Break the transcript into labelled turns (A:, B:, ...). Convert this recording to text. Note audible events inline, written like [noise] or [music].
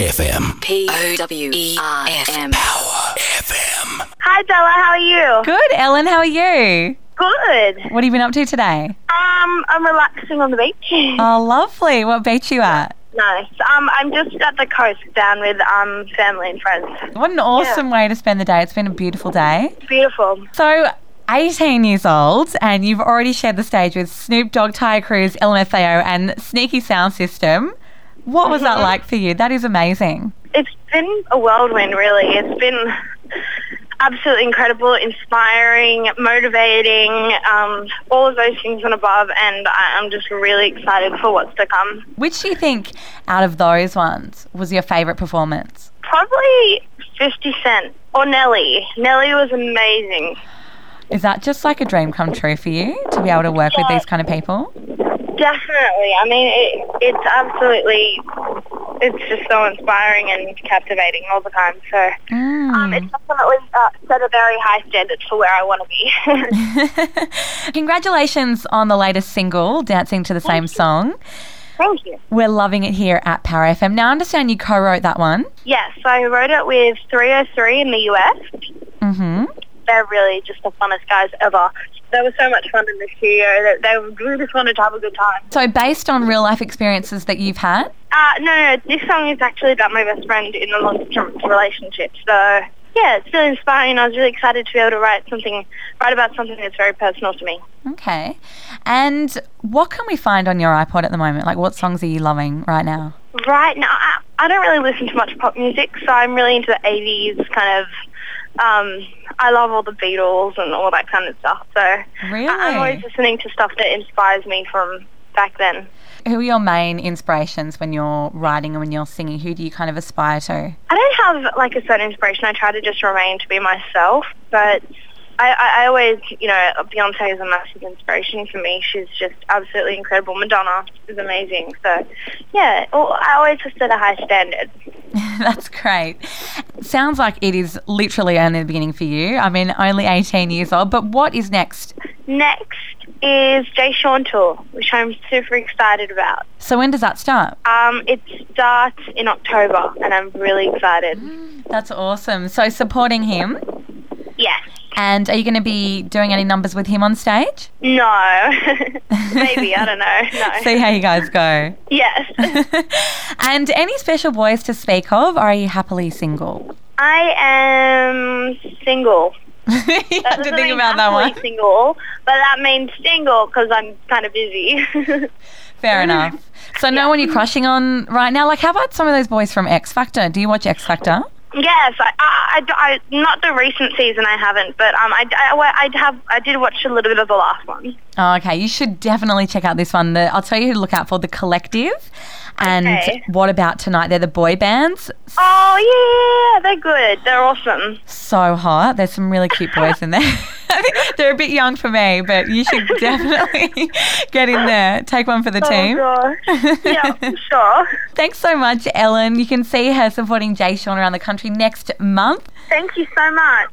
A: FM.
B: P O W E R F M.
A: Power FM.
C: Hi Bella, how are you?
D: Good, Ellen. How are you?
C: Good.
D: What have you been up to today?
C: Um, I'm relaxing on the beach.
D: Oh, lovely. What beach you at?
C: Nice. Um, I'm just at the coast down with um family and friends.
D: What an awesome way to spend the day. It's been a beautiful day.
C: Beautiful.
D: So, 18 years old, and you've already shared the stage with Snoop Dogg, Tyre Cruz, LMFAO, and Sneaky Sound System. What was that like for you? That is amazing.
C: It's been a whirlwind, really. It's been absolutely incredible, inspiring, motivating, um, all of those things and above. And I, I'm just really excited for what's to come.
D: Which do you think out of those ones was your favourite performance?
C: Probably 50 Cent or Nelly. Nelly was amazing.
D: Is that just like a dream come true for you to be able to work with these kind of people?
C: Definitely. I mean, it, it's absolutely, it's just so inspiring and captivating all the time. So um,
D: Mm.
C: it's definitely uh, set a very high standard for where I want to be. [laughs]
D: [laughs] Congratulations on the latest single, Dancing to the Same Song.
C: Thank you.
D: We're loving it here at Power FM. Now, I understand you co wrote that one.
C: Yes, I wrote it with 303 in the US.
D: hmm
C: They're really just the funnest guys ever. They were so much fun in the studio. They, they really just wanted to have a good time.
D: So, based on real life experiences that you've had,
C: Uh, no, no, this song is actually about my best friend in a long-term relationship. So yeah, it's really inspiring. and I was really excited to be able to write something, write about something that's very personal to me.
D: okay. And what can we find on your iPod at the moment? Like, what songs are you loving right now?
C: Right now, I, I don't really listen to much pop music, so I'm really into the 80s kind of. Um, I love all the Beatles and all that kind of stuff. So I- I'm always
D: Really?
C: listening to stuff that inspires me from back then.
D: Who are your main inspirations when you're writing and when you're singing? Who do you kind of aspire to? [laughs]
C: I don't have like a certain inspiration. I try to just remain to be myself, but I, I, I always, you know, Beyonce is a massive inspiration for me. She's just absolutely incredible. Madonna is amazing. So, yeah, well, I always just set a high standard.
D: That's great. Sounds like it is literally only the beginning for you. I mean, only 18 years old, but what is next?
C: Next is Jay Sean Tour, which I'm super excited about.
D: So, when does that start?
C: Um, it starts in October, and I'm really excited.
D: That's awesome. So, supporting him.
C: Yes.
D: And are you going to be doing any numbers with him on stage?
C: No. [laughs] Maybe, I don't know. No.
D: See [laughs] how you guys go.
C: yes.
D: and any special boys to speak of, or are you happily single? [laughs]
C: I am single.
D: you have to
C: doesn't
D: think
C: mean
D: about that
C: happily
D: one.
C: Single, but that means single because I'm kind of busy. [laughs]
D: Fair enough. So, no one you're crushing on right now? Like, how about some of those boys from X Factor? Do you watch X Factor?
C: yes, I, I, I, I- not the recent season. I haven't, but um, I, I, well, I have, I did watch a little bit of the last one.
D: Oh, okay. You should definitely check out this one. The, I'll tell you who to look out for The Collective and
C: Okay.
D: What About Tonight? They're the boy bands.
C: Oh yeah, they're good. They're awesome.
D: So hot. There's some really cute boys in there. [laughs] They're a bit young for me, but you should definitely [laughs] get in there. Take one for the team.
C: Oh
D: [laughs]
C: gosh. yeah, sure.
D: Thanks so much, Ellen. You can see her supporting Jay Sean around the country next month.
C: Thank you so much.